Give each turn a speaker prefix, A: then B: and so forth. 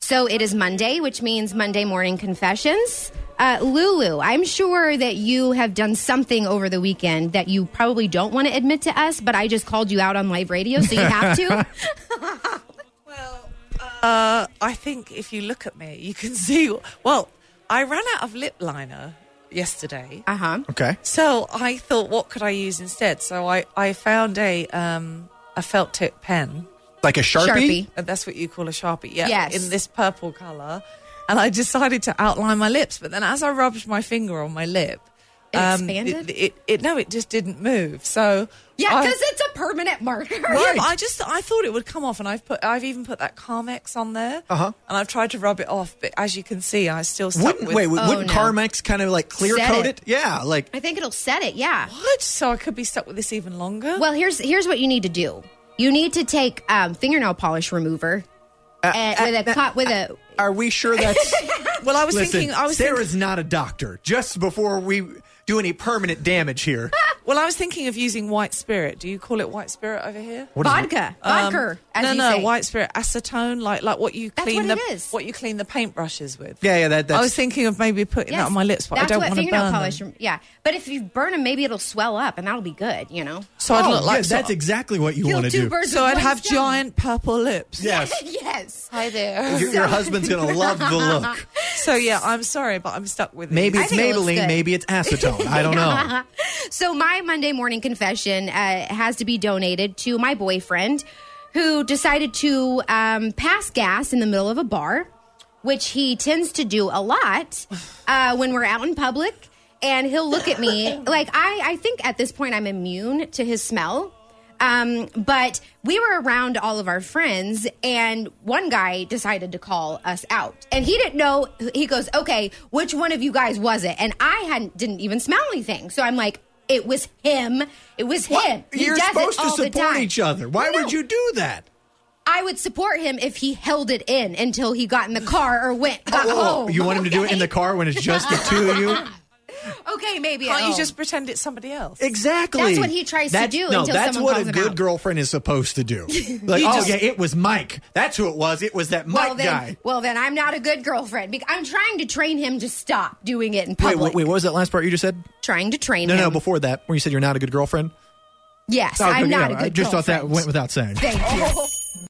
A: So it is Monday, which means Monday morning confessions. Uh, Lulu, I'm sure that you have done something over the weekend that you probably don't want to admit to us, but I just called you out on live radio, so you have to.
B: Well, uh, I think if you look at me, you can see. Well, I ran out of lip liner yesterday,
A: Uh huh.
C: Okay.
B: so I thought, what could I use instead? So I, I found a um, a felt tip pen.
C: Like a sharpie.
A: Sharpie.
B: And that's what you call a sharpie, yeah.
A: Yes.
B: In this purple color, and I decided to outline my lips, but then as I rubbed my finger on my lip, um,
A: It expanded?
B: It, it, it- no, it just didn't move. So
A: Yeah,
B: I-
C: Uh,
A: because it's a permanent marker.
B: Yeah, I just I thought it would come off, and I've put I've even put that Carmex on there,
C: Uh-huh.
B: and I've tried to rub it off, but as you can see, I still stuck
C: Wouldn't
B: with
C: wait?
A: Oh,
C: Wouldn't
A: no.
C: Carmex kind of like clear
A: Set
C: coat
A: it.
C: it? Yeah. Like
A: I think it'll set it. Yeah.
B: what? So I could be stuck with this even longer.
A: Well, here's here's what you need to do. You need to take um, fingernail polish remover
C: Uh,
A: and, with a cut with a.
C: are we sure that's?
B: Well, I was
C: Listen,
B: thinking, I was
C: Sarah's not a doctor. Just before we do any permanent damage here,
B: thinking, well, I was thinking of using white spirit. Do you call it white spirit over here? Um,
C: What is it? Um,
A: Vodka, vodka, as
B: no,
A: you
B: no,
A: say.
B: white spirit, acetone, like like what you
A: That's
B: clean
A: what
B: the
A: it is.
B: what you clean the paintbrushes with.
C: Yeah, yeah, that- that's-
B: I was thinking of maybe putting
A: Yes.
B: that on my lips, but
A: That's
B: I don't
A: what
B: want to
A: fingernail
B: burn
A: polish.
B: them.
A: Yeah, but if you burn them, maybe it'll swell up, and that'll be good. You know.
B: So I'd
C: Oh,
B: look like
C: yeah,
B: so-
C: that's exactly what you
A: Kill
C: want to
A: two
C: do.
A: birds
B: so
A: with
B: I'd
A: one
B: have
A: stone.
B: giant purple lips.
C: Yes.
A: yes.
B: Hi there.
C: Your, your husband's going to love the look.
B: So yeah, I'm sorry, but I'm stuck with
C: Maybe
B: these.
C: it's
A: think it looks
C: Maybelline,
A: good.
C: maybe it's acetone. I don't know.
A: So my Monday morning confession uh, has to be donated to my boyfriend, who decided to um, pass gas in the middle of a bar, which he tends to do a lot uh, when we're out in public. And he'll look at me like I, I think at this point I'm immune to his smell. Um, but we were around all of our friends, and one guy decided to call us out, and he didn't know. He goes, "Okay, which one of you guys was it?" And I hadn't didn't even smell anything, so I'm like, "It was him. It was him." He
C: You're
A: does it
C: supposed to
A: all the
C: support
A: time.
C: each other. Why
A: No,
C: would you do that?
A: I would support him if he held it in until he got in the car or went got home.
C: Oh, you want him to do it in the
A: Oh, okay?
C: car when it's just the two of you?
A: Okay, maybe at
B: Can't you
A: home.
B: just pretend it's somebody else?
C: Exactly.
A: That's what he tries to do
C: No,
A: until
C: that's
A: someone
C: what
A: calls
C: a
A: him
C: good
A: out.
C: girlfriend is supposed to do. Like,
B: You
C: oh
B: just-
C: yeah, it was Mike. That's who it was. It was that Mike
A: well then,
C: guy.
A: well then, I'm not a good girlfriend. bec- I'm trying to train him to stop doing it in
C: Wait,
A: public.
C: wait, wait, what was that last part you just said?
A: Trying to train
C: No,
A: him.
C: no, before that, when you said you're not a good girlfriend.
A: Yes,
C: Oh,
A: I'm
C: yeah,
A: not a
C: I
A: good
C: just thought that Oh.
A: girlfriend.
C: went without saying.
A: Thank you.